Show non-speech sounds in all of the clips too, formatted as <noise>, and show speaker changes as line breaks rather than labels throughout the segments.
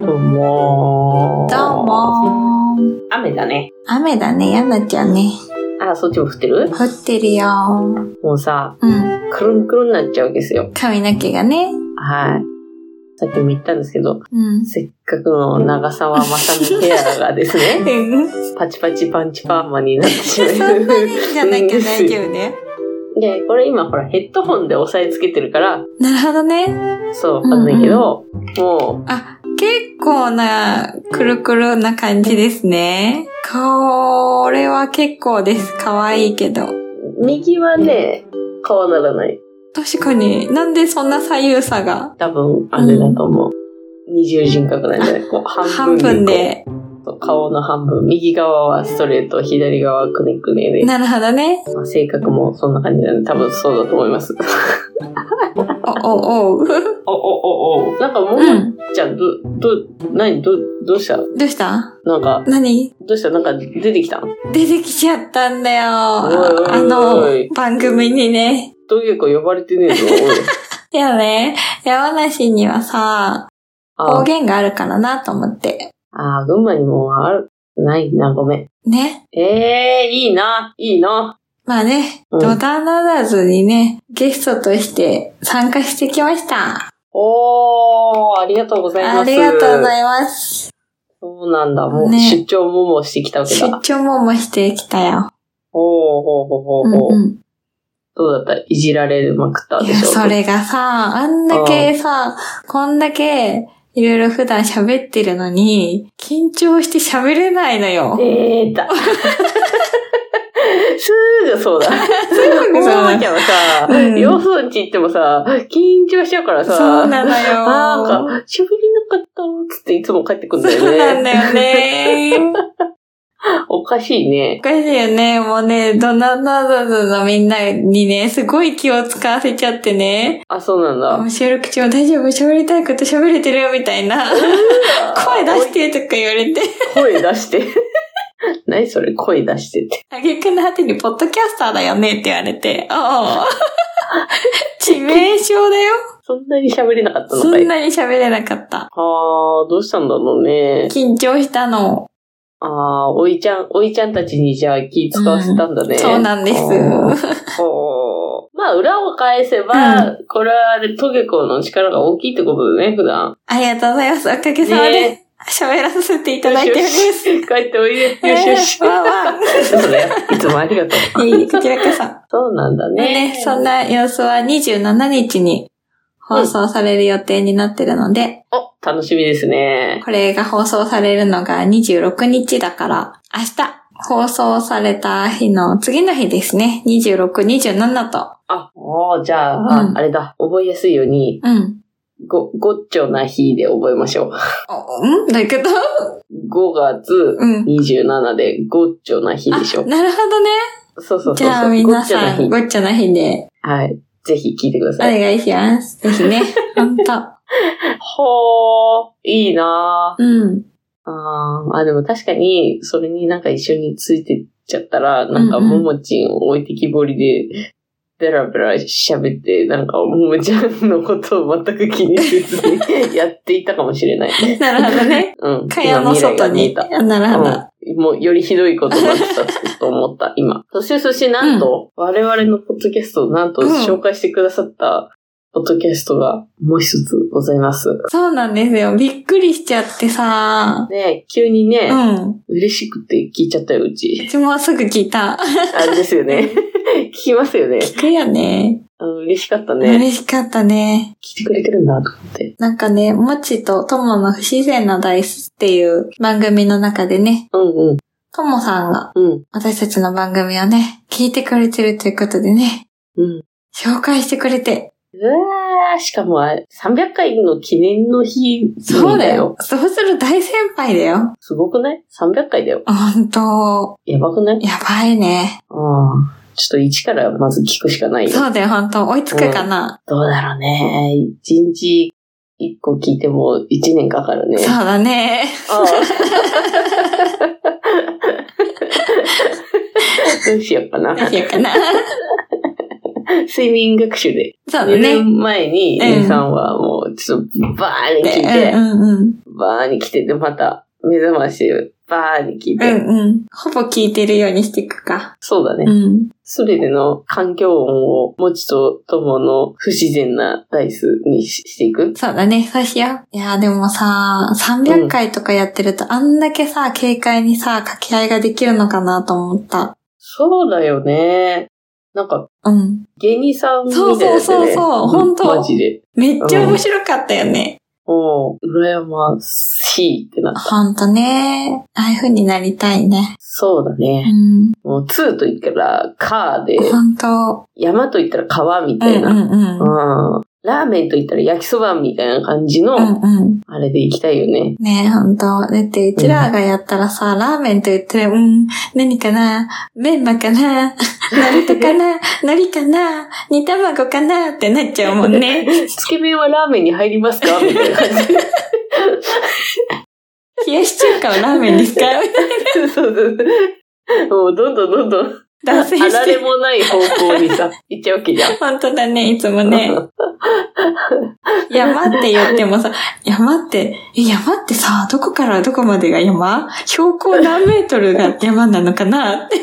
どうもー
どうもー。
雨だね。
雨だね、やんなっちゃうね。
あ、そっちも降ってる
降ってるよー。
もうさ、
うん。
くるんくるんになっちゃうわけですよ。
髪の毛がね。
はい。さっきも言ったんですけど、
うん。
せっかくの長澤まさみペアがですね、 <laughs>
うん。
パチパチパンチパーマになってし
そ
ま <laughs>
んなにじゃなきゃ大丈
夫。
夫ね。
で、これ今ほらヘッドホンで押さえつけてるから、
なるほどね。
そう、わかんないけど、も
あ、結構な、くるくるな感じですね。これは結構です。可愛いけど。
う、右はね、顔ならない。
確かに、なんでそんな左右差が
多分、あれだと思う。二重人格なんじゃないこう、半
半
分
分
でこう。
で。
そう顔の半分、右側はストレート、左側はくねくねで、
なるほどね。
まあ、性格もそんな感じなんで、多分そうだと思います。
お、お、おう。
お、お、お、お。なんか、もも
うん。
ちゃん、ど、ど、何、ど、どうした
どうした
なんか、
何
どうしたなんか出てきた
出てきちゃったんだよ。
おいおい
あの、番組にね。
どういう子呼ばれてねえぞ、おい。
いやね、山梨にはさ、
あー
方 <laughs> 言があるからなと思って。
あー、群馬にもある、ないな、ごめん。
ね。
ええー、いいな、いいな。
まあね、
うん
ドタならずにね、ゲストとして参加してきました。
おー、ありがとうございます。
ありがとうございます。
そうなんだ、もう
ね
出張ももしてきたわけだ。
出張ももしてきたよ。
おー、ほうほうほ
う
うほう。
んうん。
どうだったいじられまくった
い
で
や、
しょ
それがさ、あんだけさ、こんだけ、いろいろ普段喋ってるのに、緊張して喋れないのよ。
出 <laughs> た。すぐ
<laughs>
そうだ。すぐ
ぐそうだ
そうなきゃさ、
うん
よそんち行ってもさ、緊張しちゃうからさ、
そうなのよ。
<laughs> なんか、喋りなかったっつっていつも帰ってくんだ
そうな
よ
ん
ね。
だ
<laughs>
よね。
おかしいね
お。かしいよね。もうね、ドナナダズのみんなにね、すごい気を使わせちゃってね。
あ、そうなんだ。
もう収録中も大丈夫喋りたいこと喋れてるよみたいな。声出してとか言われて。
声出して。 <laughs> 何それ声出してって。
挙句の果てに、ポッドキャスターだよねって言われて。ああ。
<laughs>
致命傷だよ。
そんなに喋れなかったの
そ
かい
んなに喋れなかった。
あー、どうしたんだろうね。
緊張したの。
あー、おいちゃん、おいちゃんたちにじゃあ気使わせたんだね。
そうなんです。
あーおーまあ、裏を返せば、これはあれ、トゲコの力が大きいってことだね、普段。
ありがとうございます。おかげさまで
ね
喋らせていただいております。
帰っておいで。よしよ <laughs> し。
わあわ
そうだよいつもありがとう。 <laughs>
あ。いい、こちらこそ。
そうなんだね。
ね、そんな様子は27日に放送される予定になってるので、
お、楽しみですね。
これが放送されるのが26日だから、明日放送された日の次の日ですね。26、27と。
あ、おーじゃあ、
うん
あれだ。覚えやすいように、
うん。
ご、ごっちょな日で覚えましょう。
おんどういうこと
5月
うん。
27でごっちょな日でしょ
あ。なるほどね。
そうそうそうそう。
じゃあ
ご
皆
っちょな
さん、
日。
ごっちゃな日で
はい。ぜひ聞いてくだ
お
さい。
願いします。ぜひ
<laughs>
ね。ほんと。
ほー、いいなー。
うん。
あーあ、でも確かに、それになんか一緒についてっちゃったら、なんか
うんう
も
ん
もちんを置いてきぼりで、ベラベラ喋って、なんかももちゃんのことを全く気にせずにやっていたかもしれない。
なるほどね。
うん。
蚊帳
今
の
未来が
外
見え
に。
た。
あなるほど。
うん、もうよりひどいことになってたと思った、今。そしてそしてなんと、我々のポッドキャストをなんと
うん
紹介してくださった、ポッドキャストがもう一つございます。
そうなんですよ。びっくりしちゃってさ。
ね急にね、
うん。
嬉しくて聞いちゃったよ、うち。
私もすぐ聞いた。
あれですよね。聞きますよね。
聞くよね。
あの嬉しかったね。
嬉しかったね。
聞いてくれてるんだと思って。
なんかね、もちとともの不自然なダイスっていう番組の中でね、
うんうん。
ともさんが
うん。
私たちの番組をね、聞いてくれてるということでね、
うん。
紹介してくれて。
うわー、しかもあれ、300回の記念の日
そうだよ。。そうする大先輩だよ。
すごくない ?300 回だよ。
ほんと、
やばくない
やばいね。
ああ。ちょっと一からまず聞くしかないよ。
そうだよ、ほんと。追いつくかな。
どうだろうね。一日一個聞いても一年かかるね。
そうだね。 <laughs>
ああどうしようかな。
どうしようか <laughs> な。
睡眠学習で。
そうだ
寝
ね。
る前に、
うん
ゆうさんはもう、ちょっと、バーンって聞いて、
うんうん。
バーに来てて、また目覚ましバーに聞いて、
うんうん。ほぼ聞いてるようにしていくか。
そうだね。
うん。
すべての環境音を文字とともの不自然なダイスにししていく。
そうだね、そうしよう。いやーでもさ、300回とかやってると、あんだけさ、軽快にさ、掛け合いができるのかなと思った。
そうだよね。なんか、
うん。
芸人さんみたいな、ね。
そうそうそうそうん本当
マジで。
めっちゃ面白かったよね。
もう、羨ましいってなった。
ほんとね。ああいう風になりたいね。
そうだ
う
ね。
ん。
もう、2と言ったら、カーで、
ほんと。
山と言ったら川み
うん
た
う
いな。
んうん。うん
うんラーメンと言ったら焼きそばみたいな感じの、
うん。
あれで行きたいよね。
ねえ、ほんと。だって、うちらがやったらさ、ラーメンと言って、うん、何かなメンマかなナルトか <laughs> な海苔かな煮卵かなってなっちゃうもん
<laughs>
ね。
<laughs> つけ麺はラーメンに入りますかみたいな
<laughs>
感じ。
冷やし中華をラーメンに使
<laughs>
う。
そうそうそう。もうどんどんどんどん、
脱線
あら
し
れ
て。
もない方向にさ、行っちゃうわけじゃん。
本当だね、いつも
<laughs>
ね。山って言ってもさ、山って、え山ってさ、どこからどこまでが山標高何メートルが山なのかなって。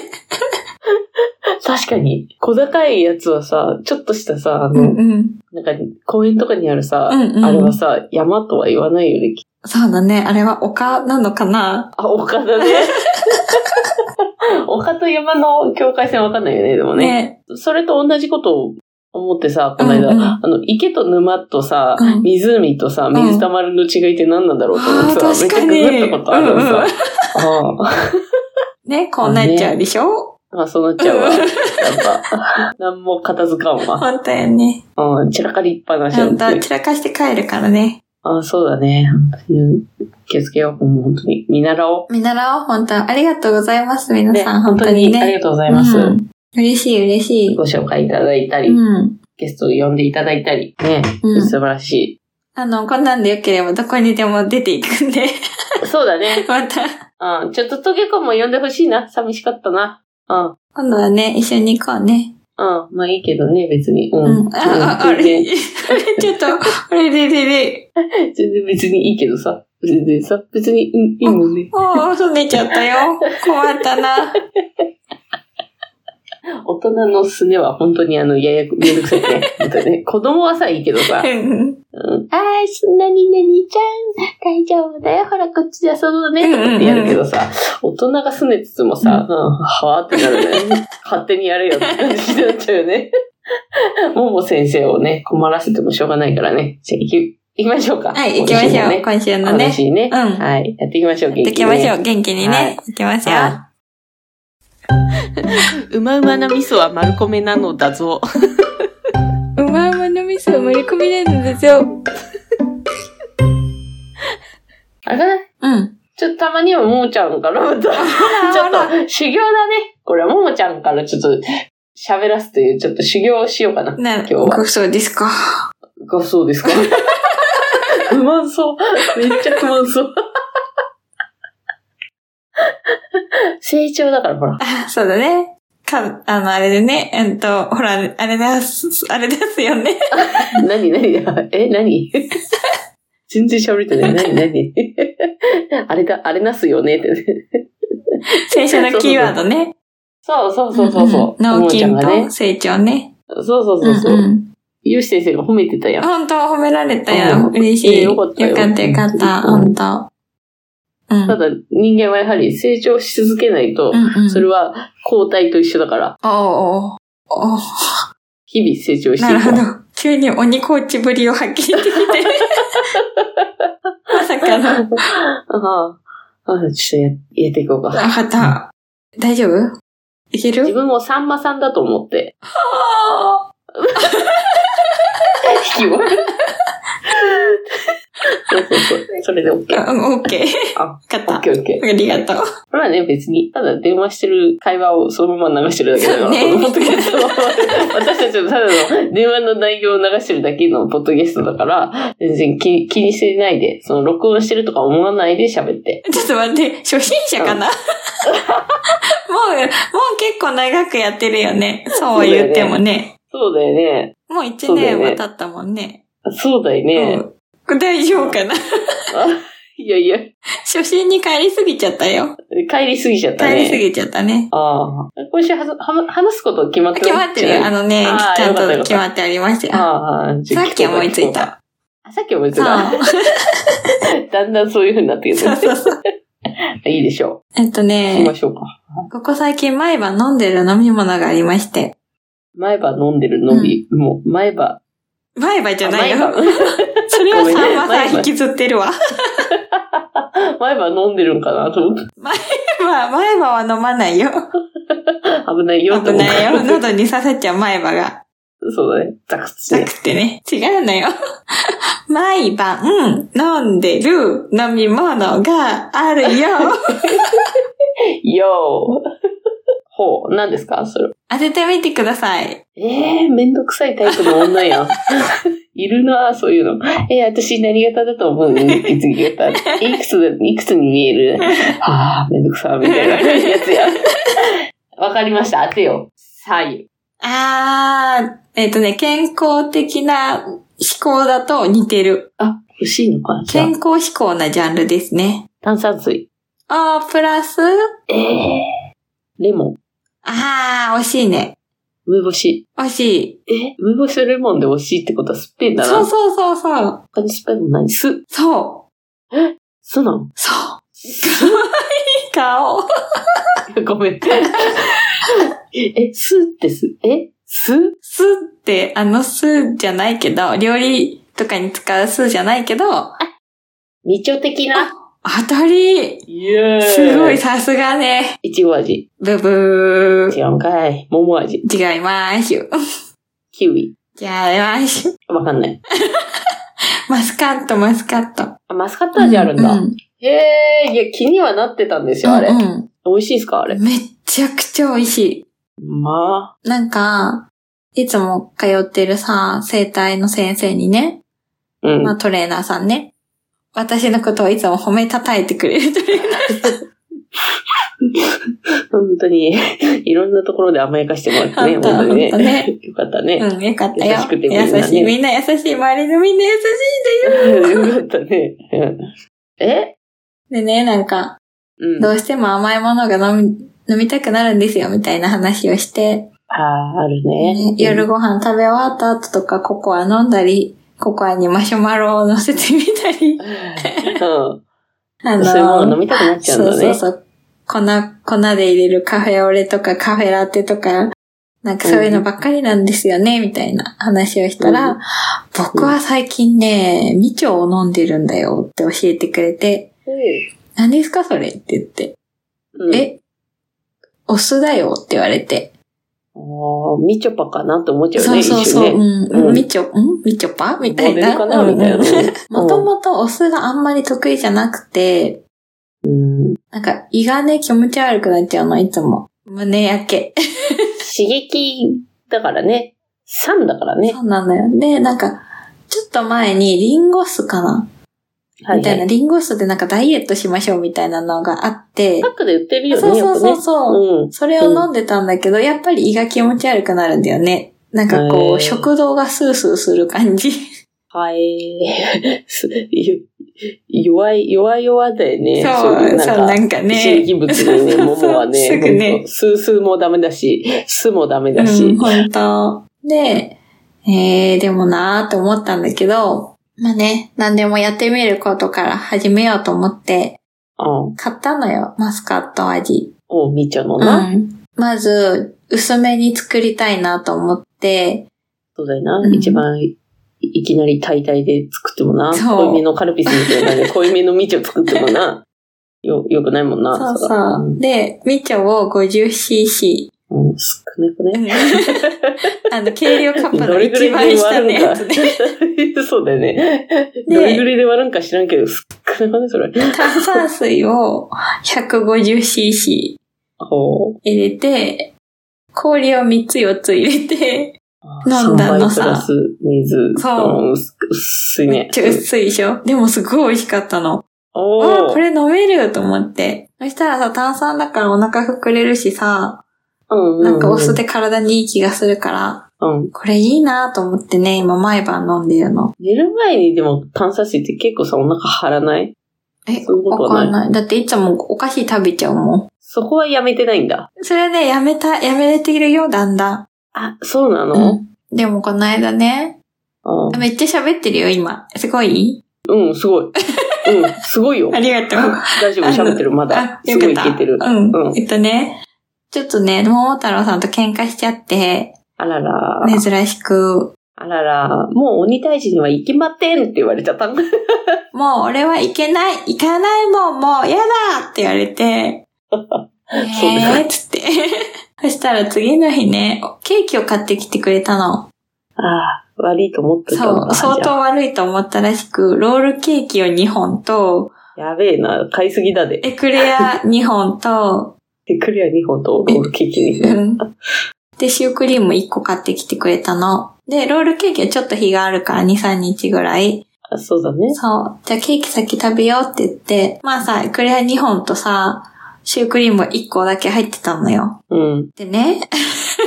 確かに、小高いやつはさ、ちょっとしたさ、あ
う
の、
んうん。
なんか公園とかにあるさ、
うんうん
あれはさ、山とは言わないよね。き
そうだね、あれは丘なのかな
あ、丘だ
<laughs>
ね。丘と山の境界線わかんないよね、でもね。
ね。
それと同じことを思ってさ、この間、
うんうん
あの、池と沼とさ、
うん
湖とさ、水たまりの違いって何なんだろうと思ってさ、
あー
めっちゃ
確か
グ
に
グったことあるのさ。ああ、
ね、こうなっちゃうでしょ
まあそうなっちゃうわ。
うん
なんか、何も片付かんわ。
本当やね。
うん、散らかりっぱなし
ちゃ
だ
んと
って。
散らかして帰るからね。
ああ、そうだね。うん気をつけよう。もう本当に。見習お
見習おう、本当ありがとうございます、皆
う。ね、
さん。
本当にありがとうございます。
うん嬉しい、嬉しい。
ご紹介いただいたり、
うん。
ゲストを呼んでいただいたり、ね、
うん。
素晴らしい。
あの、こんなんでよければどこにでも出ていくんで、 <laughs>
そうだね。
また、
うん、ちょっとトゲコも呼んでほしいな。寂しかったな。うん。
今度はね、一緒に行こうね。
うん。まあいいけどね、別に。うん。
うん。あ、あ、あ
全
れ、
然、
あれ、ちょっと、あれれれれ。
全然別にいいけどさ。全然さ、別に、うん、いいもんね。
おー、寝ちゃったよ。困った
<laughs>
な。
大人のすねは本当にあの、ややこ、めんどくさい
<laughs>
ね。本当にね。子供はさ、いいけどさ
う。ん。
うん。あー、すなになにちゃん、大丈夫だよ。ほら、こっちで遊ぼうね。とかってやるけどさ、大人がすねつつもさ、うん、はーってなる
<laughs>
ね。勝手にやれよって感じになっちゃうよね。もも先生をね、困らせてもしょうがないからね。じゃあ、行き、行きましょうか。
はい、行きまし
今週
ょ
も
う。今週の
楽
ね。
しいね。
うん
はい。やっていきましょう、元
行
気
きましょう。元気に
はい
ね。行きましょう。
う。うまうまな味噌は丸米なのだぞ。
うまうまの味噌を盛り込みないのですよ。
あれだね。
うん。
ちょっとたまにはももちゃんから、またちょ
ほ
っ
ら
と修行だね。これはももちゃんからちょっと喋らすという、ちょっと修行をしようかな。
な
今日は
そうですか。
ごそう <laughs> ですか不満そう。めっちゃ不満そう。成長だから、ほ <laughs> ら。
あそうだね。か、あの、あれでね、えっと、ほら、あれあれです、あれですよね。
何何 <laughs> え何全然喋れてない。何何 <laughs> あれだ、あれなすよねってね。
最初のキーワードね。
そうそうそうそうそう。
ん
も
脳
もちゃん
筋
がね
と。成長ね。
そうそうそうそう、
んん
ゆうし先生が褒めてたやん。
本当褒められた
う
よ。
ん
嬉し
いや
い。
よ
よ
か
か
っ
ったた
よ
よかった、
うん
本当うん。
ただ人間はやはり成長し続けないと
う、んうん。
それは交代と一緒だから、
おうおうおう
日々成長して
ないるほ
く。
ど。急に鬼コーチぶりを発揮してきて。まさかの。わ
あ <laughs> あああちょっとややっていこう
<laughs>
か。
かった。大丈夫いけ
自
る
分をさんまさんだと思って。
あ
引きを。そうそうそう。それで OK。
ーうん、オッケー。
あ
わかった。あ
OK、OK。
りがとう。
これはね、別に、ただ電話してる会話をそのまま流してるだけだから、
そうね
このポッドキャスト
<laughs>
は私たちのただの電話の内容を流してるだけのポッドキャストだから、全然気気にしてないで、その録音してるとか思わないで喋って。
ちょっと待って、初心者かな <laughs> もう、もう結構長くやってるよね。そう言ってもね。
そうだよね。
もう一年は経ったもんね。
そうだよ
う
ね。
ん。これ大丈夫かな
あいやいや、
<laughs> 初心に帰りすぎちゃったよ。
帰りすぎちゃった
帰
ね。
りすぎちゃったね。
ああ。今週はずはむ話すこと決まって
決まってるよ。あのね
あ、ー
ちゃん
よかったよかった
と決まってありますよ。
ああ、じゃ
さ
あ
っき思いつい。た。
あさっき思いつい
そう。
た。だんだんそういう風になってきて
そうそうそう。
いいでしょ
えっと
う。行き
ね
ま、しょうか。
ここ最近毎晩飲んでる飲み物がありまして。
前歯飲んでる飲み、もう前歯。
毎晩じゃない
あ
よ。
前
それは
ごめんね
さんまさ
毎
ん
晩
引きずってるわ。
歯 <laughs> 前歯飲んでるんかなと思って。
まあ、前歯は飲まないよ。
<laughs> 危ないよと
危
思って。
ないよ。喉に刺さっちゃう前歯が。
そうだね。ザクッ
じゃな
て
くてね。違うのよ。毎晩飲んでる飲み物があるよ。
よー。ほう、何ですかそれ。
当ててみてください。
ええー、めんどくさいタイプの女
<laughs>
やん。いるなぁ、そういうの。えー、私何型だと思うのいつ型。いくつ、いくつに見え
<laughs>
るああ、めんどくさ、みたいなやつや。わかりました。当てよう。左
あー、えっ、とね、健康的な思考だと似てる。
あ、欲しいのかなじゃあ
健康志向なジャンルですね。
炭酸水。
あー、プラス、
ええー。レモン。
あー、惜しいね。
梅干し。
惜し
え梅干しとレモンで惜しいってことは酸っぱいん
い。
だ
そう
な。
そうそうそう。
他に酸っぱいもん何酢。
そう。
酢なの <laughs>
そう。いい顔。
ご
<laughs>
めん。え、酢って酢。え酢
酢って、あの酢じゃないけど、料理とかに使う酢じゃないけど、
二丁的な。
当たり
イエ
すごい、。さすがね。
いちご味。
ブブ
違うんかい。桃味。
ー。違います。違い
キウイ。
ます。
わかんない。
マスカット、マスカット。
あ、マスカット味あるんだ。
うう
へえ、いや、気にはなってたんですよ、あれ。
うん
美味しいですかあ
う
れ
ん。。めっちゃくちゃ美味し
まあ。
い。なんか、いつも通ってるさ、生体の先生にね、
うん。
まあトレーナーさんね、私のことをいつも褒めたたえてくれるトレーナー。
本当に、 <laughs> いろんなところで甘やかしてもらってね、本
本当
当に
本当ね
ね。よかったね。
うん、よかったよ。
優しくてみんなね
優しい。みんな優しい。周りのみんな優しいんだよ。
よかったね。うんえ
でね、なんか、
うん。
ど
あ
うしても甘いものが飲み、飲みたくなるんですよ、みたいな話をして、
あー、ある
ね
ね。
夜ご飯食べ終わった後とか、ココア飲んだり、ココアにマシュマロを乗せてみたり
う、ん。
あ
そういうもの飲みたくなっちゃうんだ
そう
ね。
そうそう。粉、粉で入れるカフェオレとかカフェラテとか、なんかそういうのばっかりなんですよね、みたいな話をしたら、
うん
僕は最近ね、みちょを飲んでるんだよって教えてくれて、何ですかそれって言って、
うん、
え、お酢だよって言われて、
あーみちょぱかなって思っちゃう
そ
ね、
う
一
そう
瞬
そう、
ね。
うん、
うん
みちょ、んみちょぱみたいな。
モデルかなみたいなね。
もともとお酢があんまり得意じゃなくて、
うん
なんか胃がね、気持ち悪くなっちゃうの、いつも。胸焼け。
刺激だからね。酸だからね。
そうなのよ。で、なんか、ちょっと前にリンゴ酢かな
は
みたい
い、は
な。
い。
リンゴ酢でなんかダイエットしましょうみたいなのがあって
パ、ックで売ってるよね。
そうそうそう
よく
そう。
ね
それを飲んでたんだけど、やっぱり胃が気持ち悪くなるんだよね。なんかこ
へ
う、
ー
食道がスースーする感
<laughs>
じ。
うん。はい。 <laughs> すゆ弱い、弱々だよね。
そう、そう、な
なんか。
んか
刺
ね。
激物のね、
そうそうそう
桃はね、
すぐね
ほんとスースーもダメだし、酢もダメだし。
うん、本当で、えー、でもなーって思ったんだけど、まあね、何でもやってみることから始めようと思って、
うん。
買ったのよ、マスカット味。
おう、みちょの
う
な。
ん。まず、薄めに作りたいなと思って、
そうだよな。
うん
一番い、いきなり大々で作ってもな。
そう
濃いめのカルピスみたいな感じ
<laughs>
で、濃いめのみちょ作ってもな。よ、よくないもんな。
そう
れは
そう。で、みちょを 50cc。
<laughs> うん、うん少なくね。
あの、軽量カップ
ど
の
れぐらいで
一番下
割
の
るん
や
か
つね。
<laughs> そうだよね。
で
どれぐらいで割るんか知らんけど、すっかりね、それ。
炭酸水を 150cc
ほう。
入れて、氷を3つ4つ入れて、飲
なん
だのさ
プラス水。
そうん
薄く薄い
めっ
ね。
ちゃ薄いでしょでもすごい美味しかったの。
お
あ
ー
あ、これ飲めると思って。そしたらさ、炭酸だからお腹膨れるしさ、
うんうう
なんかお酢。で体にいい気がするから、
うん。
これいいなと思ってね、今毎晩飲んでるの。
寝る前にでも炭酸水って結構さ、お腹張らない
え、
そんなこと
わ
は
か
ない
んない。だっていつもお菓子食べちゃうもん。
そこはやめてないんだ。
それね、やめた、やめれているよ、だんだ。
あ、そうなんの、
うんでもこの間ね、
うん、
めっちゃ喋ってるよ、今。すごい
うん、す
<laughs>
ごい。うん、すごいよ。
ありがとう。
大丈夫、喋ってる、まだ
あ。、
す
よ
ごい
かっ
い
た。
けてる。
う
うん
ん。えっとね、ちょっとね、桃太郎さんと喧嘩しちゃって、
あらら、
珍しく、
あらら、もう鬼退治には行きまってんって言われちゃったん
もう俺はいけない、行かないもん、もう嫌だって言われて、
<laughs> そうです
えーっつって。 <laughs> そしたら次の日ね、ケーキを買ってきてくれたの。
ああ、悪いと思ってた
そ
の
う、
か
相
じゃあ
当悪いと思ったらしく、ロールケーキを2本と、
やべえな、買いすぎだで。
エクレ
<laughs>
ア2本と、
で、クリア2本とロールケーキ
う
に。
ん。で、シュークリーム1個買ってきてくれたの。で、ロールケーキはちょっと日があるから2、3日ぐらい。
あそうだね。
そう。じゃあケーキ先食べようって言って、まあさ、エクレア2本とさ、シュークリーム1個だけ入ってたのよ。
うん。
でね、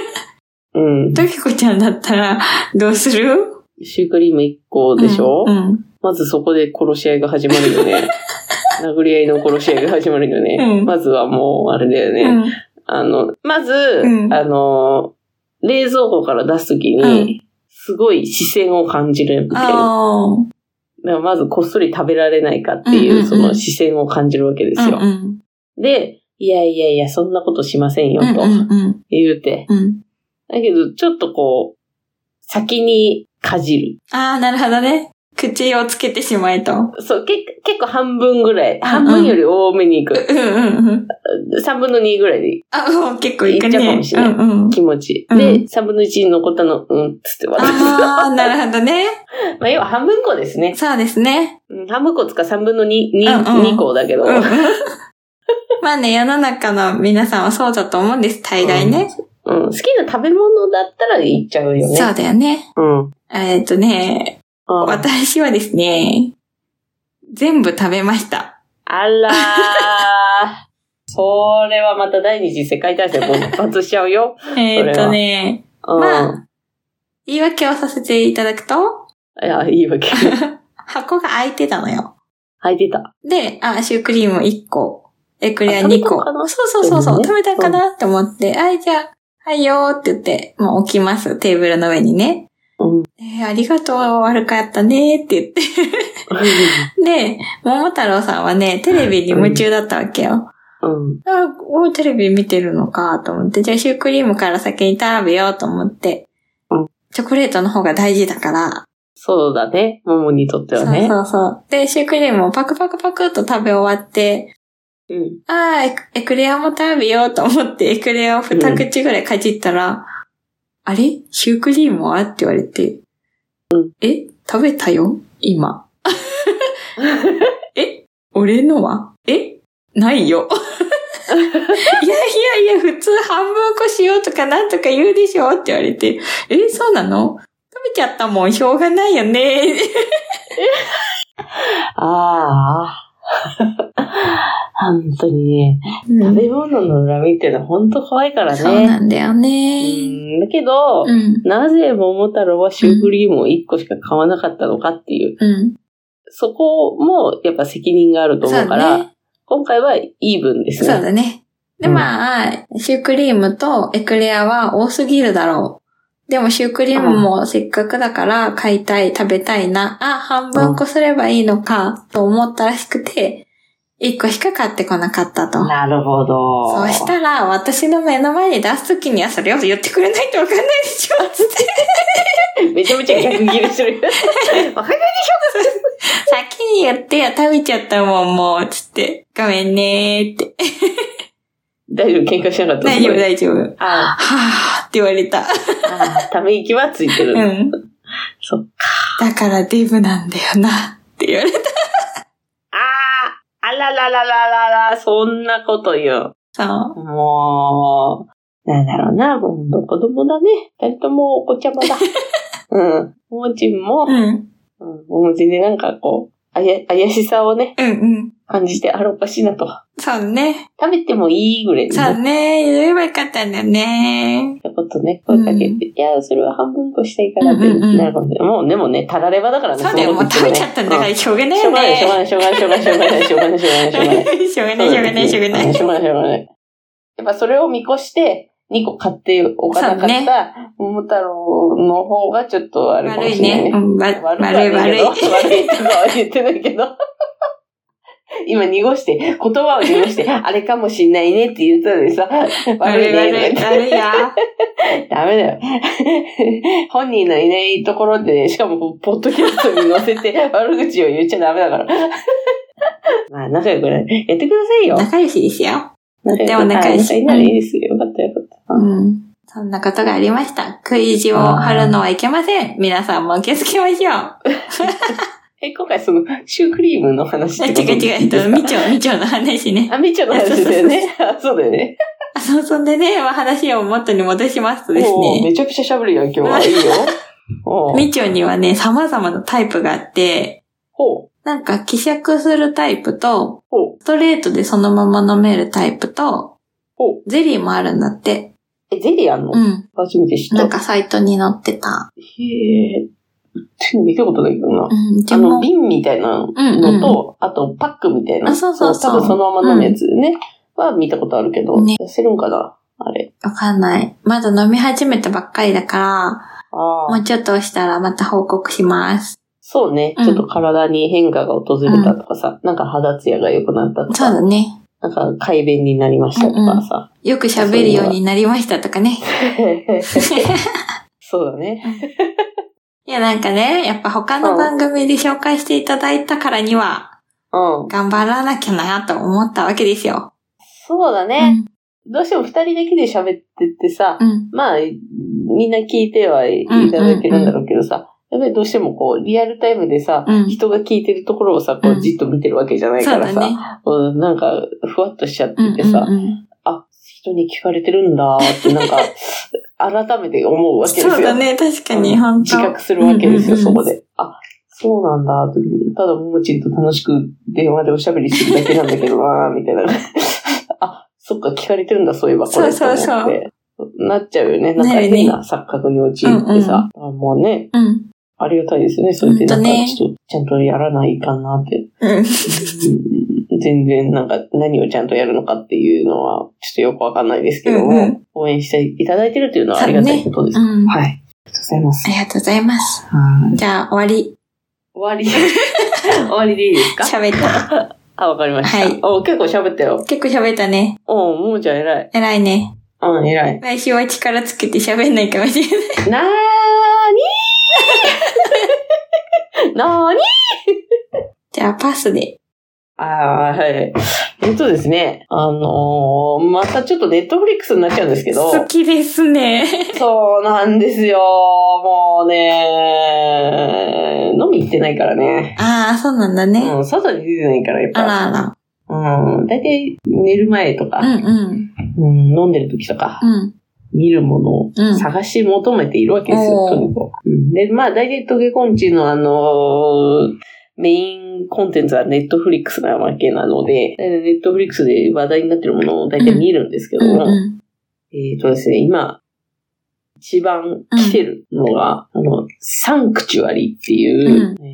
<laughs>
うん。
ときこちゃんだったら、どうする
シュークリーム1個でしょ、
うん。うん
まずそこで殺し合いが始まるよ
<laughs>
ね。殴り合いの殺し合いが始まるよね。
うん
まずはもう、あれだよね。
うん。
あの、まず、
うん
あの、冷蔵庫から出すときに、
うん
すごい視線を感じるみたいな。
あー
だからまずこっそり食べられないかっていう、
うんうんうん
その視線を感じるわけですよ。
うんうん。
で、いやいやいや、そんなことしませんよ、
うん
と
うんうん。
言うて。
うん。
だけど、ちょっとこう、先にかじる。
ああ、なるほどね。口をつけてしまえと。うん
そう、け結構半分ぐらい、
ん
半分より多めにいく。
うんうん。
3分の2ぐらいで
あ、もう結構いく
いっちゃうか
ね
もしれない
うんうん。
気持ち。
うん
で、3分の1に残ったの、うん、つって笑う。
ああ、なるほどね。
まあ、要は半分個ですね。
そうですね。
うんハムコつか3分の2、
うんうん
2、2個だけど。 <laughs>
うんまあね、世の中の皆さんはそうだと思うんです、大概ね。
うん、好きな食べ物だったらいっちゃうよね。
そうだよね。
うん。
えっ、とね、
あ
私はですね、全部食べました。
あらー。 <laughs> それはまた第二次世界大戦勃発しちゃうよ。
えっ、とね、
うん。
ま言い訳をさせていただくと、
いや、いい
<laughs>
わけ。
箱が開いてたのよ。
入ってた。
で、あ、シュークリーム1個、エクレ
あ
ア
食
2
べた
個
のか。な
そうそうそうそう、
そう
食べた
ね
かなって思って、あ、じゃあ、はいよーって言って、もう置きます、テーブルの上にね。
うん。 <laughs>
えーありがとう、悪かったねーって言って。で、桃太郎さんはね、テレビに夢中だったわけよ。
うん。
あ、おテレビ見てるのかと思って、じゃあシュークリームから先に食べようと思って
うん。
チョコレートの方が大事だから。
そうだね。ももにとっては
そう
ね。
そうそう。で、シュークリームをパクパクパクっと食べ終わって、
うん。
あーエク、エクレアも食べようと思って、エクレアを二口ぐらいかじったら、あれシュークリームはって言われて、え食べたよ今。
<laughs>
え俺のはえない
<laughs>
よ。いやいやいや、普通半分こしようとかなんとか言うでしょって言われて、え、そうなの食べちゃったもん、しょうがないよね。
ああ。 <laughs> 本当にね、
食
食べ物の恨みってのは本当怖いからね。
そうなんだよ
う
ね。
ん。だけど、
うん。
なぜ桃太郎はシュークリームを1個しか買わなかったのかっていう、
うん。
そこもやっぱ責任があると思うから、
ね
今回はイーブンです
そう
ね。
だね。で、
うん
まあ、シュークリームとエクレアは多すぎるだろう。でもシュークリームもせっかくだから買いたい、食べたいな。あ、半分こすればいいのか、と思ったらしくて、一個しか買ってこなかったと。
なるほど。
そうしたら、私の目の前に出すときにはそれを言ってくれないとわかんないでしょ
<laughs>
つって。
めちゃめちゃ逆ギレして
<laughs>
る。わかり
先に言ってよ、食べちゃったもん、もう、つって。ごめんねーって。
大丈夫、喧嘩しなかった。
大丈夫、
夫。
大丈夫。は
あ
ぁーって言われた。
ーあー、ため息はついてる。
うん。
そっ
だからデブなんだよな、って言われた。
ああ、あらららららら、そんなこと言う。
そう。
もう、なんだろうな、もう子供だね。二人ともお子ちゃ
<laughs>
まだ。うん。もーちんも、
うん。
うん、お餅でなんかこう、あや、怪しさをね、
うんうん。
感じであ論破しいなと。
そうね。
食べてもいいぐらいに
そ
なっ
うね。言えばよかったんだよね。
たことね、声かけて、
うん
いや、それは半分こしたいからって、
うんうんうん
なるほどね。もう、でもね、たらればだからね、
そうだよ。
の
もう
時
食
ね
べちゃったんだから、
うん
しょうがない
しょ
よ
うがない、
ね
しょう。がない、しょうがない、しょうがない、しょうがない、しょうがない、しょうがない、しょう
<laughs>
がない。
しょうがない、しょうがない、しょうがない。
しょうがない、しょうがない。やっぱそれを見越して、2個買っておかなか
そ
っ
う
た、桃太郎の方がちょっとあれかも
悪
しれ
い
ない
ね。う
ね。
んわ
悪くは
悪
ない
い、悪
け
い
ど。悪いとかは言ってないけど。今濁して、言葉を濁
<laughs>
して、あれかもしんないねって言ったのにさ、悪いね
悪い、悪いよ。
ダメ
<laughs>
だよ。本人のいないところで、ね、しかもポッドキャストに載せて悪口を言っちゃダメだから。
<laughs>
まあ仲良くない。やってくださいよ。
仲良しですよ。とっても仲良し。
ならいいですよ。よかったよかった。
うん。そんなことがありました。食い意地を張るのはいけません。皆さんも気をつけましょう。
え、今回その、シュークリームの話
違
ってこと
う違う、えっと、みちょ、みちょの話ね。
あ、みっちゃんの話だよね。あ、そうだよね。
あそう、そんでね、まあ話を元に戻しますとです
もう
ね。
めちゃくちゃ喋るよ、今日は。いい
<laughs>
よ。おう
みちょにはね、様々なタイプがあって、
ほう。
なんか希釈するタイプと、
ほう。
ストレートでそのまま飲めるタイプと、
ほう。
ゼリーもあるんだって。
え、ゼリーあんの、
うん。
初めて知った。
なんかサイトに載ってた。
へえ。手に見たことないけどな
う。ん、で
あの、
も、
瓶みたいなのと、あと、パックみたいな。
あそうそうそう
の多分そのまま飲むやつね。は見たことあるけど。
ね
痩せるんかなあれ。
わかんない。まだ飲み始めたばっかりだから、
あ
も
あ。
うちょっとしたらまた報告します。
そうね。
うん
ちょっと体に変化が訪れたとかさ、なんか肌ツヤが良くなったと
そう
か、
だね。
なんか改便になりましたとかさ。
よく喋るようになりましたと
<laughs>
かね。
そうだね。
いや、なんかね、やっぱ他の番組で紹介していただいたからには、
うん。
頑張らなきゃなと思ったわけですよ。
そうだね。どうしても二人だけで喋ってってさ、
うん。うん。
まあ、みんな聞いてはいただけるんだろうけどさ、やっぱりどうしてもこう、リアルタイムでさ、
うん
人が聞いてるところをさ、こ
う
う、
ん
じっと見てるわけじゃない
そ
か
う
ら
だ
さ、
ね。
うん、なんか、ふわっとしちゃっ
うん
ててさ、
うんうん
あ、人に聞かれてるんだーって、
<laughs>
なんか、改めて思うわけですよ。
そうだね、確かに、本
自
当
覚するわけですよ、
うんうん
そ
うん
こで。あ、そうなんだ、ただももちりと楽しく電話でおしゃべりしてるだけなんだけど <laughs> な、みたいな。あ、そっか、聞かれてるんだ、そういえば、これ。
そうそうそう
と思ってなっちゃうよね。なんか
なるね
変な錯覚に陥ってさ。あもうね、
うん。
ありがたいですね。それでなんか、
ほんとね
ちょっと、ちゃんとやらないかなって。
うん。
うん全然なんか何をちゃんとやるのかっていうのはちょっとよくわかんないですけども、
うんうん
応援していただいてるというのはありがたいことです。
うん。あ
はい。ありがとうございます。
りがとうございます。
はい
じゃあ、終わり。
終わり。 <laughs> 終わりでいいですか
喋った。
あ、わかりました。
はい
お結構喋ったよ。
結構喋ったね。
おももちゃん偉い。
偉いね。
うん、偉い。
来週は力つけて喋んないかもしれない。
な
<laughs>
ーにー <laughs> なーに
じゃあ、パスで。
ああ、はい。えっとですね、あのーまたちょっとネットフリックスになっちゃうんですけど、
好きですね。
そうなんですよ。もうね、飲み行ってないからね。
ああ、そうなんだね。
うん、外に出てないから、やっ
あ
ぱ。
らあら。
うん、だいたい寝る前とか、
うんうん。
うん、飲んでる時とか、
うん。
見るものを
うん。
探し求めているわけですよ、
おー
とにかくうん。で、まあ、大体トゲコンチのあのーメインコンテンツはネットフリックスなわけなので、ネットフリックスで話題になってるものを大体見るんですけど
う
も、
んうん。
えっ、とですね、今、一番来てるのが、あの、サンクチュアリっていう、え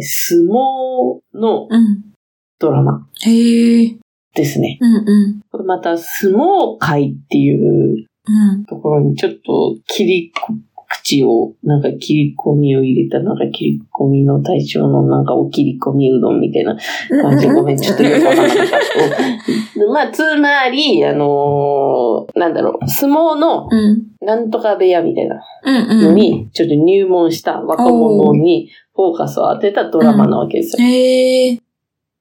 ー相撲の
うん。
ドラマ
へえ。
ですね。
うんうん。
これまた、相撲界っていう
うん。
ところにちょっと切り口を、なんか切り込みを入れた、なんか切り込みの対象のなんかお切り込みうどんみたい <laughs> な感じ。ごめん、ちょっとよくわかんなかった。うんまあ、つまり、あのーなんだろう、相撲の
うん。
なんとか部屋みたいな。
うん
の
うん。
に、ちょっと入門した若者にフォーカスを当てたドラマなわけですよ。
へえ。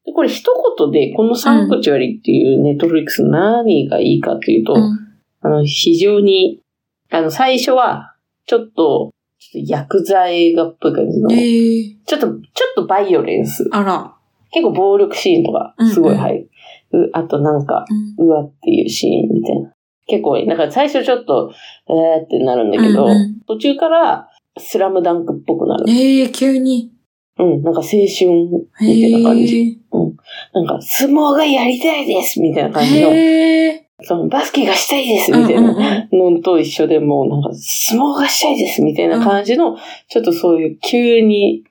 でこれ一言で、このサンクチュアリっていうネットフリックス何がいいかというと、
うん
あの、非常に、あの、最初は、ちょっと、ちょっと薬剤映画っぽい感じの、ち
へえ。
ょっと、ちょっとバイオレンス。
あら。
結構暴力シーンとか、すごい入る。うあとなんか、
うん
うわっていうシーンみたいな。結構、なんか最初ちょっと、えーってなるんだけど、
うんうん
途中から、スラムダンクっぽくなる。
へえ、急に。
うん、なんか青春みたいな感じ。なんか、相撲がやりたいですみたいな感じの、
へえ。
そのバスケがしたいですみたい
うんうん
なのんと一緒でもうなんか、相撲がしたいですみたいな感じの、ちょっとそういう急に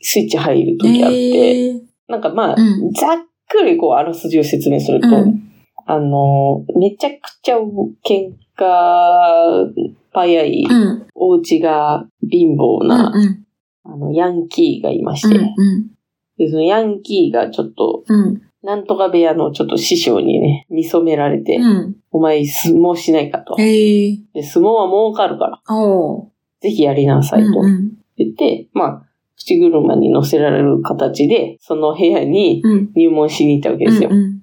スイッチ入る時あって、
へえ
なんかまあ、
うん
ざっくりこう、あらすじを説明すると、
うん
あの、めちゃくちゃ喧嘩早い、
うん。
お家が貧乏
うん。
な、
うん。
あの、ヤンキーがいまし
う
て、
ん。うん
でそのヤンキーがちょっと、
うん。
なんとか部屋のちょっと師匠にね、見初められて、
うん。
お前相撲しないかと。
へえ。
で相撲は儲かるから、
おう。
ぜひやりなさいと
うんうん。
言って、まあ、口車に乗せられる形で、その部屋に
うん。
入門しに行ったわけですよ。
うん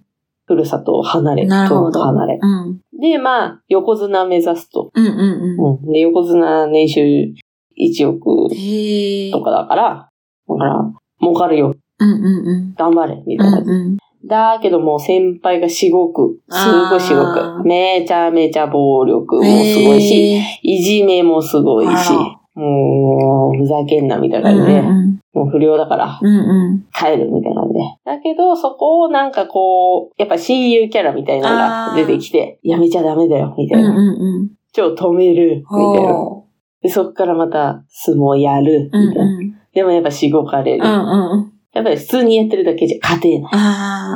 ふるさとを離れ、
なるほ
遠
ど
く離れ。
うん。うん。
で、まあ、横綱目指すと。
うんうんう
うん、で横綱年収1億
ん。へえ。
とかだから、だから、儲かるよ、
うんうんうん。
頑張れ、み
う
たいな。
んうん。
だけどもう先輩がしごく、すごいしご
あ
く
ー。
めちゃめちゃ暴力もすごいし、
へ
いじめもすごいし
あら、
もう、ふざけんなみたい
え。う
な感じ
んう
で、
ん
もう不良だから
うん。うん
帰るみたいな感じで。だけど、そこをなんかこう、やっぱ親友キャラみたいなのが出てきて、やめちゃダメだよ、み
う
たい
ん
な。
うんうん。
今日止める、みたいな。
おう。
でそこからまた相撲やる、み
うんうん。
たいな。でもやっぱしごかれる
う。んうん。
やっぱり普通にやってるだけじゃ勝てない。
あ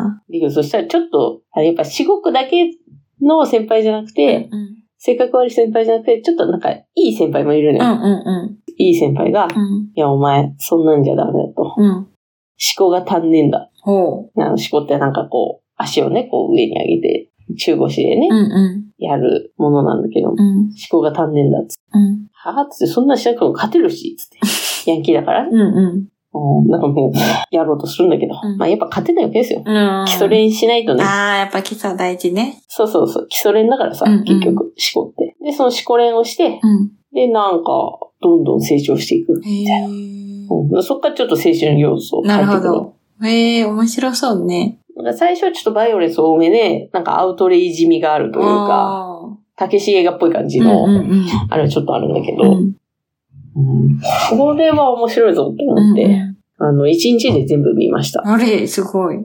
あ。
だけど、そしたらちょっと、あれやっぱ四国だけの先輩じゃなくて、
うん
性格悪い先輩じゃなくて、ちょっとなんかいい先輩もいる
う
のよ。
んうん
いい先輩が、い
うん。
やお前、そんなんじゃダメだと。思
うん。うん。
考が足んねえんだ。
ほ
あの思考ってなんかこう、足をね、こう上に上げて、中腰でね
う。う、んうん。
やるものなんだけど、思
うん
考が足んねえんだっつって。
うん。
はぁっつって、そんなんしなくても勝てるし、つ
<laughs>
って。ヤンキーだからね。
うんうん。
うん、なんかもう、やろうとするんだけど、
うん
まあやっぱ勝てないわけですよ。
うん。
基礎練しないとね。
ああ、やっぱ基礎大事ね。
そうそうそう。基礎練だからさ、
うんうん
結局、思考って。で、その思考練をして、
うん。
で、なんか、どんどん成長していく。
へえ。
うん、そっからちょっと青春要素
なる
入っ
ほ
てく
ど。へえ、面白そうね。
なんか最初はちょっとバイオレンス多めで、なんかアウトレイジみがあるというか、
あー
竹し映画っぽい感じ
うんう
の、
んうん。
あれはちょっとあるんだけど、
うん
うんこれは面白いぞと
う
思っ
ん
て、
うん。
あの、一日で全部見ました。
あれ、すごい。
う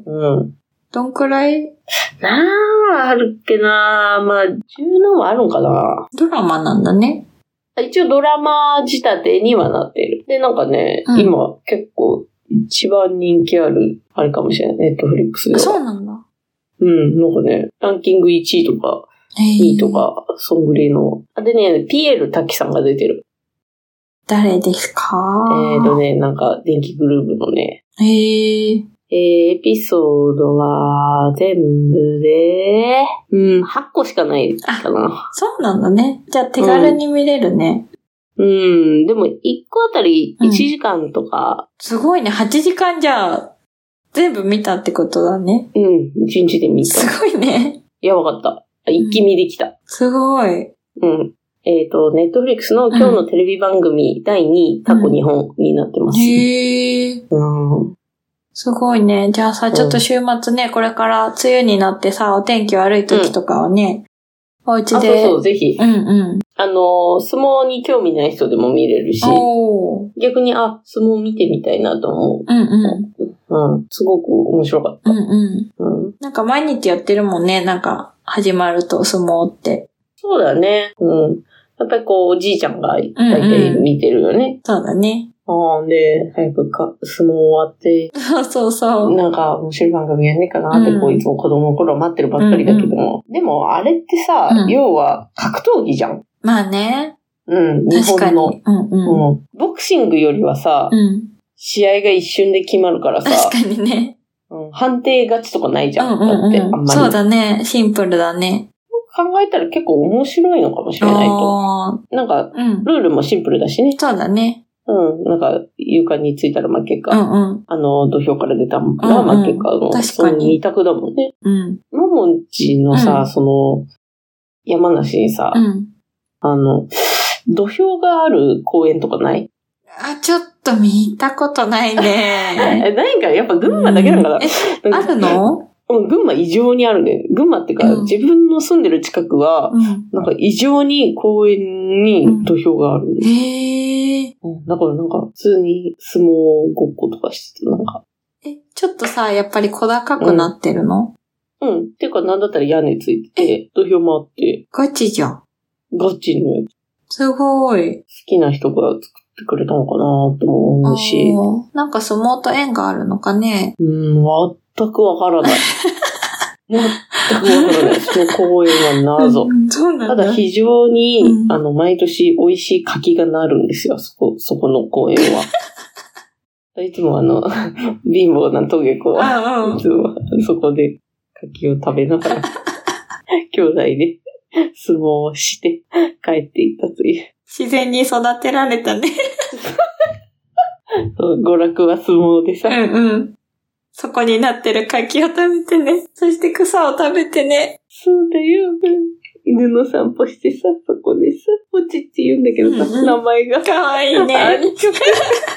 ん。
どんくらい
なんあるっけなまあ、十何はあるんかな
ドラマなんだね。
一応ドラマ仕立てにはなってる。で、なんかね、
うん
今結構一番人気ある、あれかもしれない。ネットフリックスでは。
あそうなんだ。
うん、なんかね、ランキング1位とか、
へえ
2位と。か、そんぐらいの。あでね、ピエール滝さんが出てる。
誰ですか
えーとね、なんか電気グルーブのね、
へえ。
えー、エピソードは全部で、うん、8個しかないかな。
そうなんだね。じゃあ手軽に見れるね。
うん、でも1個あたり
うん
1時間とか、
すごいね。8時間じゃあ、全部見たってことだね。
うん、1日で見た。
すごいね。
やばかった。一気見できた。
すごい。
うん。えっ、と、ネットフリックスの今日のテレビ番組第2位、過去日本になってます。
へえ。
うん。
すごいね。じゃあさ、ちょっと週末ね、これから梅雨になってさ、お天気悪い時とかはね、お
あ、そ
家
う
で。
そう、ぜひ。
うんうん。
あのー、相撲に興味ない人でも見れるし、
おー。
逆に、あ、相撲見てみたいなと思
うんうん。
う。うん。すごく面白かっ
うん
た。
うん。
うん。
なんか毎日やってるもんね、なんか、始まると相撲って。
そうだね。うん。やっぱりこう、おじいちゃんが大体見てるよね。
そうだね。 <laughs>
ああ、で、早くか、相撲終わって、
そうそうそう。
なんか面白い番組やんねえかなって、
うん
こういつも子供の頃は待ってるばっかりだけども。でもあれってさ、
うん
要は格闘技じゃん。
まあね。
うん、日
確か
本の。
に。うんうん。
うん、ボクシングよりはさ、
うん。
試合が一瞬で決まるからさ
確、かにね。
うん、判定勝ちとかないじ
う
ゃん。
んうん
だってあ
うんん。
ま
そう
り。
だね。シンプルだね。
考えたら結構面白いのかもしれないと。
あー
なんか、
うん。
ルールもシンプルだしね。
そうだね。
うん。なんか、床についたら負け
う
か。
んうん。
あの、土俵から出たの
うんう
は
ん
負けかの。
確かに
その二択だもんね。
うん。
ももんちのさ、
うん
その、山梨にさ、
うん。
あの、土俵がある公園とかない
あ、ちょっと見たことないね。
<laughs> え、ないんか、やっぱ群馬だけなんかな
うんえ、あるの
うん、群馬異常にあるね。群馬っていうか、
うん
自分の住んでる近くは、
うん。
なんか異常に公園に土俵がある。
へえ。
うんだからなんか、普通に相撲ごっことかしてて、なんか、
え、ちょっとさ、やっぱり小高くなってるの、
うん。っていうか、なんだったら屋根ついてて、土俵もあって、
ガチじゃん。
ガチのやつ
すごい。
好きな人が作ってくれたのかなとも思うし、
あーなんか相撲と縁があるのかね。
うん、全くわ
<laughs>
からない。全くわからない。その公園は謎。
うんそうな
た
んだ。
だ非常に、
うん
あの、毎年美味しい柿がなるんですよ、そこ、そこの公園
<laughs>
は。いつもあの、貧乏なトゲ子は、
あうん
いつもそこで柿を食べな
<laughs>
がら、兄弟で相撲をして帰っていったという。
自然に育てられたね。
<laughs> そう娯楽は相撲でさ、
んうん。そこになってる柿を食べてね。そして草を食べてね。
そうだよ。犬の散歩してさ、そこでさ、ポチって言うんだけどさ、
うんうん
名前が。
かわいい
あ
ね。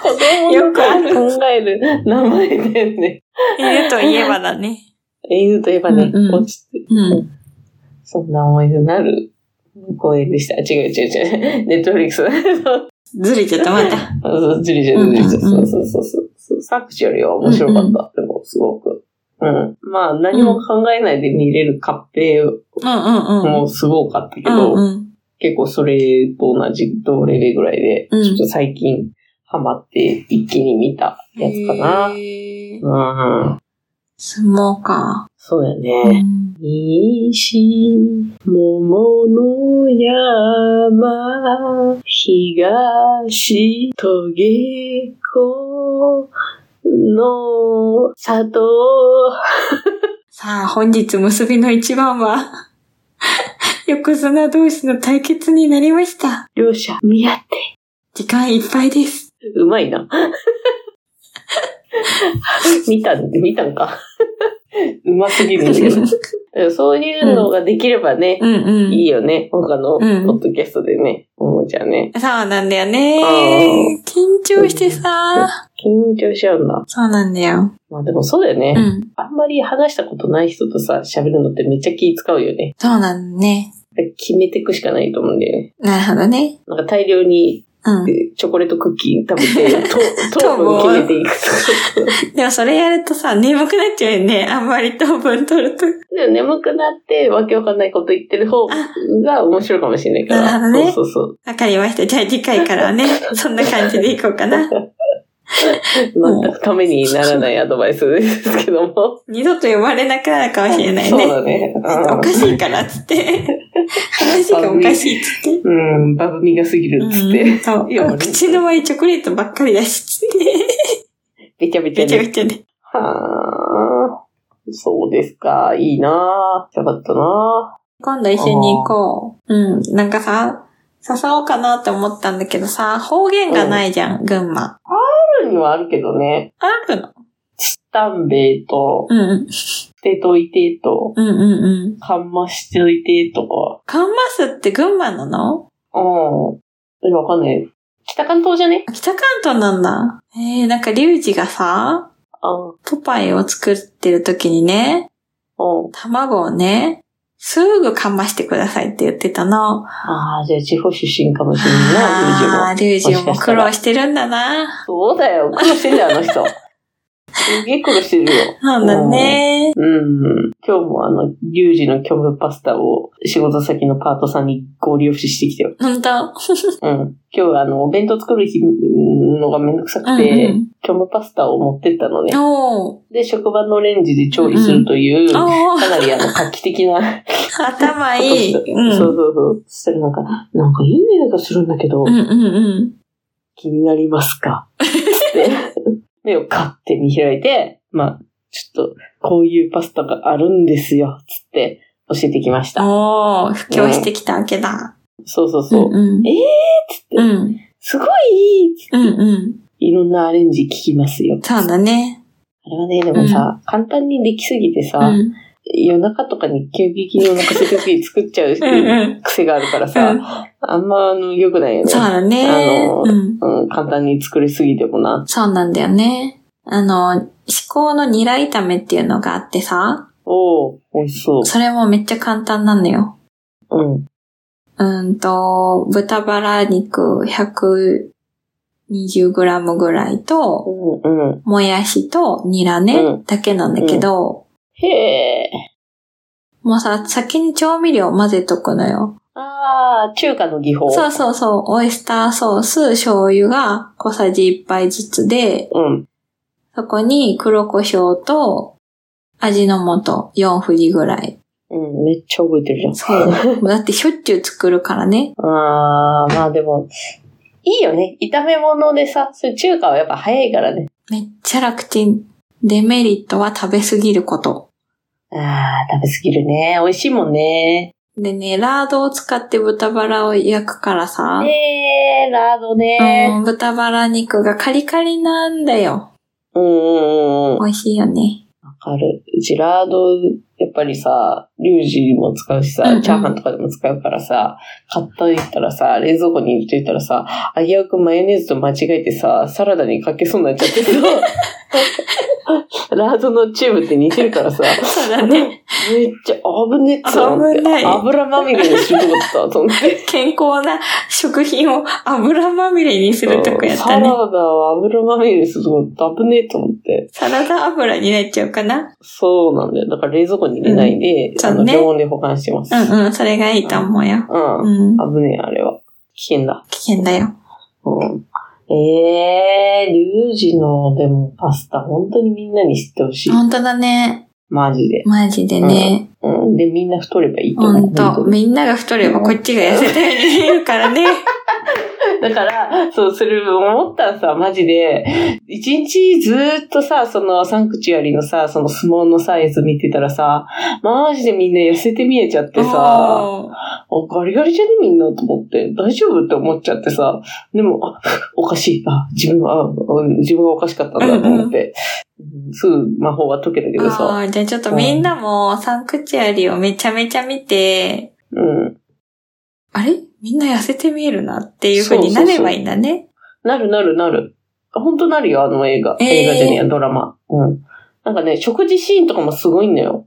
子供の頃考える名前だよね。
犬といえばだね。
犬といえばね、
うんうん
落ちて、
うん。
そんな思い出のある公演でした。違う違う違う。ネットフリックス。そう
ずれちゃった、また。
そう、ジリジリジリジリ。
うんうん
そ
う
うそ
ん
うそうそう。そうサクチュアリは面白かった。でも、すごく。うん。まあ、何も考えないで見れるカッペ
うんうんうん。
もすごかったけど、
うんうん。
結構それと同じ同レベルぐらいで、
うん
ちょっと最近ハマって一気に見たやつかな。
へー
うん。
相撲か。
そうだよね。
うん
西桃の山東とげこの里
さあ、本日結びの一番は、 <laughs> 横綱同士の対決になりました。
両者見合って
時間いっぱいです。
うまい <laughs> な見たん見たん <laughs> かうますぎるんだけ
<laughs>
どだからそういうのができればね、
うんうん。
いいよね他のポ
うん
ッドキャストでね、ももちゃんね
そうなんだよね
あ。
緊張してさ。
緊張しちゃうんだ
そうなんだよ。
まあでもそうだよね、
うん。
あんまり話したことない人とさ、喋るのってめっちゃ気使うよね。
そうなんだね。
決めていくしかないと思うんだよね。
なるほどね。
なんか大量に
うん。
えーチョコレートクッキー食べ
<laughs>
て、と糖分を決めていくとか。
でもそれやるとさ、眠くなっちゃうよね。あんまり糖分取ると。
でも眠くなって、わけわかんないこと言ってる方が面白いかもしれないから。
なるほどね
そうそう
わかりました。じゃあ次回からはね、そんな感じでいこうかな。
そう。全くためにならないアドバイスですけども。
二度と呼ばれなくなるかもしれない
そう
ね。
だね。
<laughs> おかしいからっつ
<laughs>
って。話がおかしいっつって。
うん、うんバブミが過ぎるっつっ
う
て
ん、そう
いや俺
口の前チョコレートばっかりだしっつって。
べちゃべちゃ
めちゃ
に
めちゃね。
はあ、そうですか。いいなあよかったな
今度一緒に行こう。うん。なんかさ、誘おうかなって思ったんだけどさ、方言がないじゃん、群馬。
あるにはあるけどね。
あるの
タンベイと、
うんうん。
てといてと、
うんうんうん。
かんましといてと
カンマスって群馬なの
か。うん。いやわかんない。北関東じゃね
北関東なんだ。えー、なんかリュウジがさ、
うん。うん。
ポパイを作ってる時にね、卵をね、すぐかましてくださいって言ってたの。
ああ、じゃあ地方出身かもしれないな、
あ
う
ー、リュウジ
もしか
も
した
苦
ら
労してるんだな。
そうだよ。苦労してんだよ、あの人。すげえ苦労してるよ。
なんだね。
うん。今日もあの、リュウジの虚無パスタを仕事先のパートさんに合流ししてきたよ。
ほんと。
うん。今日あの、お弁当作る日のがめんどくさ
う
く
ん
て、
うん。
虚無パスタを持ってったのね。
おー。
で、職場のレンジで調理するという、
おー。
かなりあの、画期的
<laughs>
な。
頭いい。う。
そうんそうそう。そしたらなんか、なんかいい匂いがするんだけど、
うんうん
気になりますか
<laughs>
って、目をカッて見開いて、まあ、ちょっと、こういうパスタがあるんですよ、つって、教えてきまし
うん。
た。
おー、布教してきたわけだ。
そうそうそう。
うんうん。
えー
ーうん。
すごいいい
うんうん。
いろんなアレンジ聞きますよ。
そうだね。
あれはね、でもさ、簡単にできすぎてさ、
うん。
夜中とかに急激にお腹空いた時に作っちゃう
うんうん。
癖があるから
う
さ、
ん
あんまあの良くないよね
そう。だね。
あの
うん。
うん、簡単に作りすぎてもな。
そうなんだよね。あの、思考のニラ炒めっていうのがあってさ、
おお美味しそう。
それもめっちゃ簡単なのよ。
うん。
うーんと、豚バラ肉 120g ぐらいと、
うんうん。
もやしとニラね、
うん
だけなんだけど、
へえ。
もうさ、先に調味料混ぜとくのよ。
ああ、中華の技法。
そうそうそう、オイスターソース、醤油が小さじ1杯ずつで、
うん。
そこに黒胡椒と味の素4振りぐらい。
うん、めっちゃ覚えてるじゃん。 <laughs>
そう。もうだってしょっちゅう作るからね。
ああ、まあでも、いいよね。炒め物でさ、そういう中華はやっぱ早いからね。
めっちゃ楽ちん。デメリットは食べ過ぎること。
ああ、食べすぎるね。美味しいもんね。
でね、ラードを使って豚バラを焼くからさ、
ええラードね。
うん豚バラ肉がカリカリなんだよ。
うんうんうんうん。わ
美味しいよね。
かる。うちラード、やっぱりさ、リュウジも使うしさ
うんう、ん
チャーハンとかでも使うからさ、買っといたらさ、冷蔵庫に入れといたらさ、危うくマヨネーズと間違えてさ、サラダにかけそうになっちゃってさ、ラードのチューブって似てるからさ、
そうだ <laughs> ね。
めっちゃ危ねえって思って
危ない
油まみれにしようと思ったと思って。
健康な食品を油まみれにするとこやっ
サ
た
ラダ
ね。
を油まみれにするとこ危ねえと思って。
サラダ油になっちゃうかな。
そうなんだよ。だから冷蔵庫に入れないで、
うん
あの
そうね
常温で保管してます。
うんうん、それがいいと思うよ。
うん。
うん、
危ねえ、あれは。危険だ。
危険だよ。
うん。えー、リュウジの、でも、パスタ、本当にみんなに知ってほしい。
本当だね。
マジで。
マジでね。
うん。で、みんな太ればいいと思う。
本当
本当に
みんなが太ればこっちが痩せたように見えるからね。
だから、そう、それ思ったらさ、マジで、一日ずーっとさ、その、サンクチュアリのさ、その相撲のさ、やつ見てたらさ、マジでみんな痩せて見えちゃってさ、
おー
あ、ガリガリじゃねみんなと思って、大丈夫って思っちゃってさ、でも、あ、おかしい。あ、自分は、あうん自分がおかしかったんだと思って、うんすぐ魔法は解けたけどさ、
あーじゃあちょっとみんなもサンクチュアリをめちゃめちゃ見て、
うん。
あれみんな痩せて見えるなっていう風になればいいんだね。
なるなるなる。本当なるよ、あの映画。
えー
映画じゃねえや、ドラマ。うん。なんかね、食事シーンとかもすごいんだよ。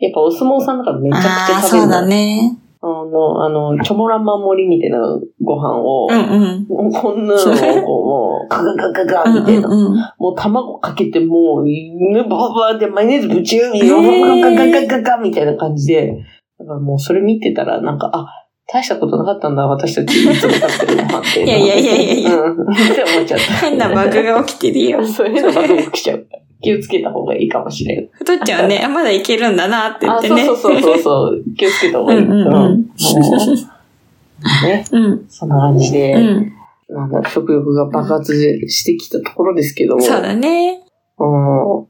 やっぱお相撲さんだからめちゃくち
あ
ゃ
あ
食べ
ー、そ
る
うんだ
だ。
ね。
あの、あの、チョモランマン盛りみたいなご飯を、
うんうん。
もうこんなのをこう、もう、ガガガガ
う
ガみ
ん
たいな。
うんうん。
もう卵かけてもう、ね、バーバーってマヨネーズぶちゅーみ、
えー
ガンガンガンガンガンみたいな感じで、だからもうそれ見てたら、なんか、あ、大したことなかったんだ、私たちいつも食べてるご飯って。
いやいやいやいやいや
うん、って思っちゃった。
変なバグが起きてるよ。
そういうのが出てきちゃうから。気をつけた方がいいかもしれん。
太っちゃ
<laughs>
うね。あまだいけるんだなって言
あ、
って
そう
ね。
そうそうそうそう。気をつけた方がいい。
うんうんうん
うんね、
うん。
そんな感じで、
うん。
なんだ、食欲が爆発してきたところですけども。
そうだね。
うん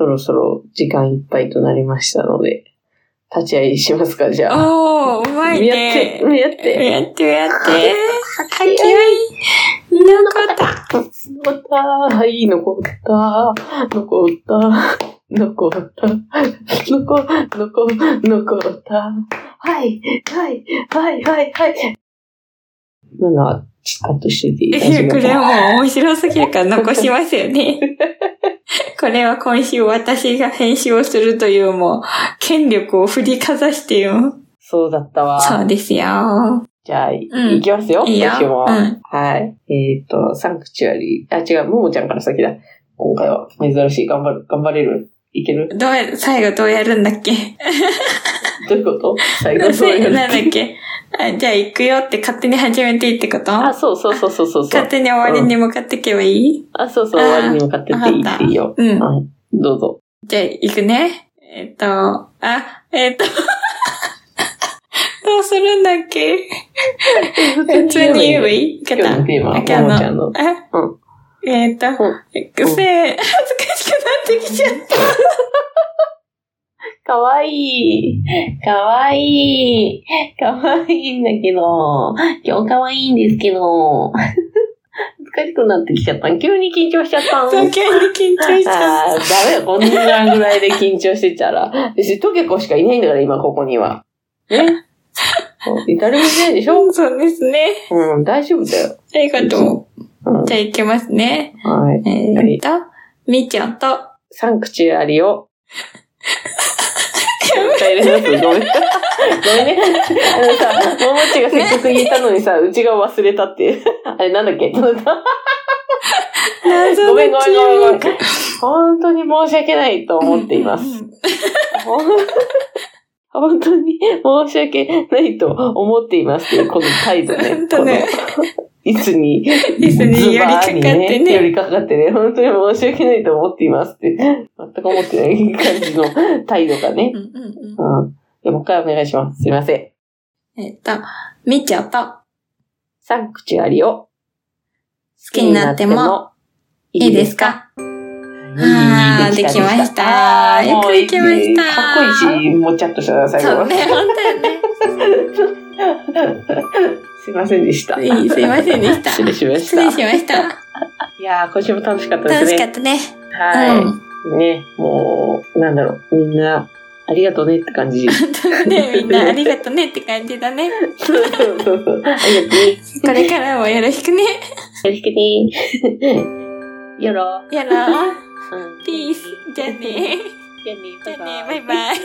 そろそろ時間いっぱいとなりましたので、立ち会いしますか、じゃあ。
おー、うまいね。
やって、やって。 <laughs>
やってやって。かき
い。
はい。残った。
残った。はい、残った。残った。残った。残、残、残った。はい、はい、はい、はい、はい。今のは、カットしてていい大丈夫
え、こ
か
れ
な
はもう面白すぎるから残します
<laughs>
よね。これは今週私が編集をするというもう、権力を振りかざしてよ。
そうだったわ。
そうですよ。
じゃあ、い
うん
いきますよ、
いいよ
今週も。
うん
はい。えっ、と、サンクチュアリー。あ、違う、ももちゃんから先だ。今回は珍しい。頑張る、頑張れる。いける
どうや、最後どうやるんだっけ
どういう
<laughs>
こと最後
なん
そういうの
だっけ <laughs> あじゃあ行くよって勝手に始めていいってこと
あ、そうそうそうそうそうそう
勝。手に終わりに向かっていけばいい、
あ、そうそう、
あー
終わりに向かってっていい
わか
っ
った
ていいよ。
うん、
はい。どうぞ。
じゃあ行くね。えっと、あ、えっと、 <laughs> どうするんだっけ
普
<laughs> 普通に言えば
い。
いいか
今日のテーマは、ももちゃんの。
あ、
うん
えっ、ー、と、
う
くせえ、恥ずかしくなってきちゃった。
かわいい。かわいい。かわいいんだけど。今日かわいいんですけど。 <laughs> 難しくなってきちゃった。急に緊張しちゃった。
余計に緊張しちゃ
ああ、ダメよ。こんなぐらいで緊張してたら。私、トケコしかいないんだから、今、ここには。ねそう誰もいないでしょ
う。そうですね。
うん、大丈夫だよ。
ありがと
うん
う。じゃあ行きますね。
はい。
えっ、ー、と、みーちゃんと、
サンクチュアリを。入れます。ごめん。ごめんね。あのさ、ももちがせっかく言えたのにさ、うちが忘れたって。あれなんだっけ <laughs> ごめん
謎
ごめん
の
ご
チー
めんご
ム
めん。本当に申し訳ないと思っています。
うん
ほん <laughs> 本当に申し訳ないと思っていますっていう、この態度ね。
<laughs> 本当ね
この。いつに、
いつに寄りかかって
ズバ
ね
ーに寄りかかってね。本当に申し訳ないと思っていますって。全く思ってない感じの態度がね。
うんうんう
うん。でもう一回お願いします。すいません。
んえっと、みちょと好
サンクチュアリを好
きになってもいいですかあーできました
あーもう
よくできました
かっこいいし、もちゃっとしたな、最後
そう。ね、本当よね。
すいませんでした。
いいすいませんでした
失礼しまし
失
た。
礼しました。
いやー、今週も楽しかったで
楽
す
しかっ
ね。
たね。
はい、
うん
ね、もう、なんだろう、みんな、ありがとうねって感じ。そう
ね、みんなありがとうねって感じだね。
そうそう。ありがとうね。
これからもよろしくね。
よろしく <laughs> ね。よろ。
やろう。
うん
ピース。じゃあ <laughs> ね。
じゃ
じゃ
あね、
あ
バ
ね、
イバ
バ
イ
イ。バイ。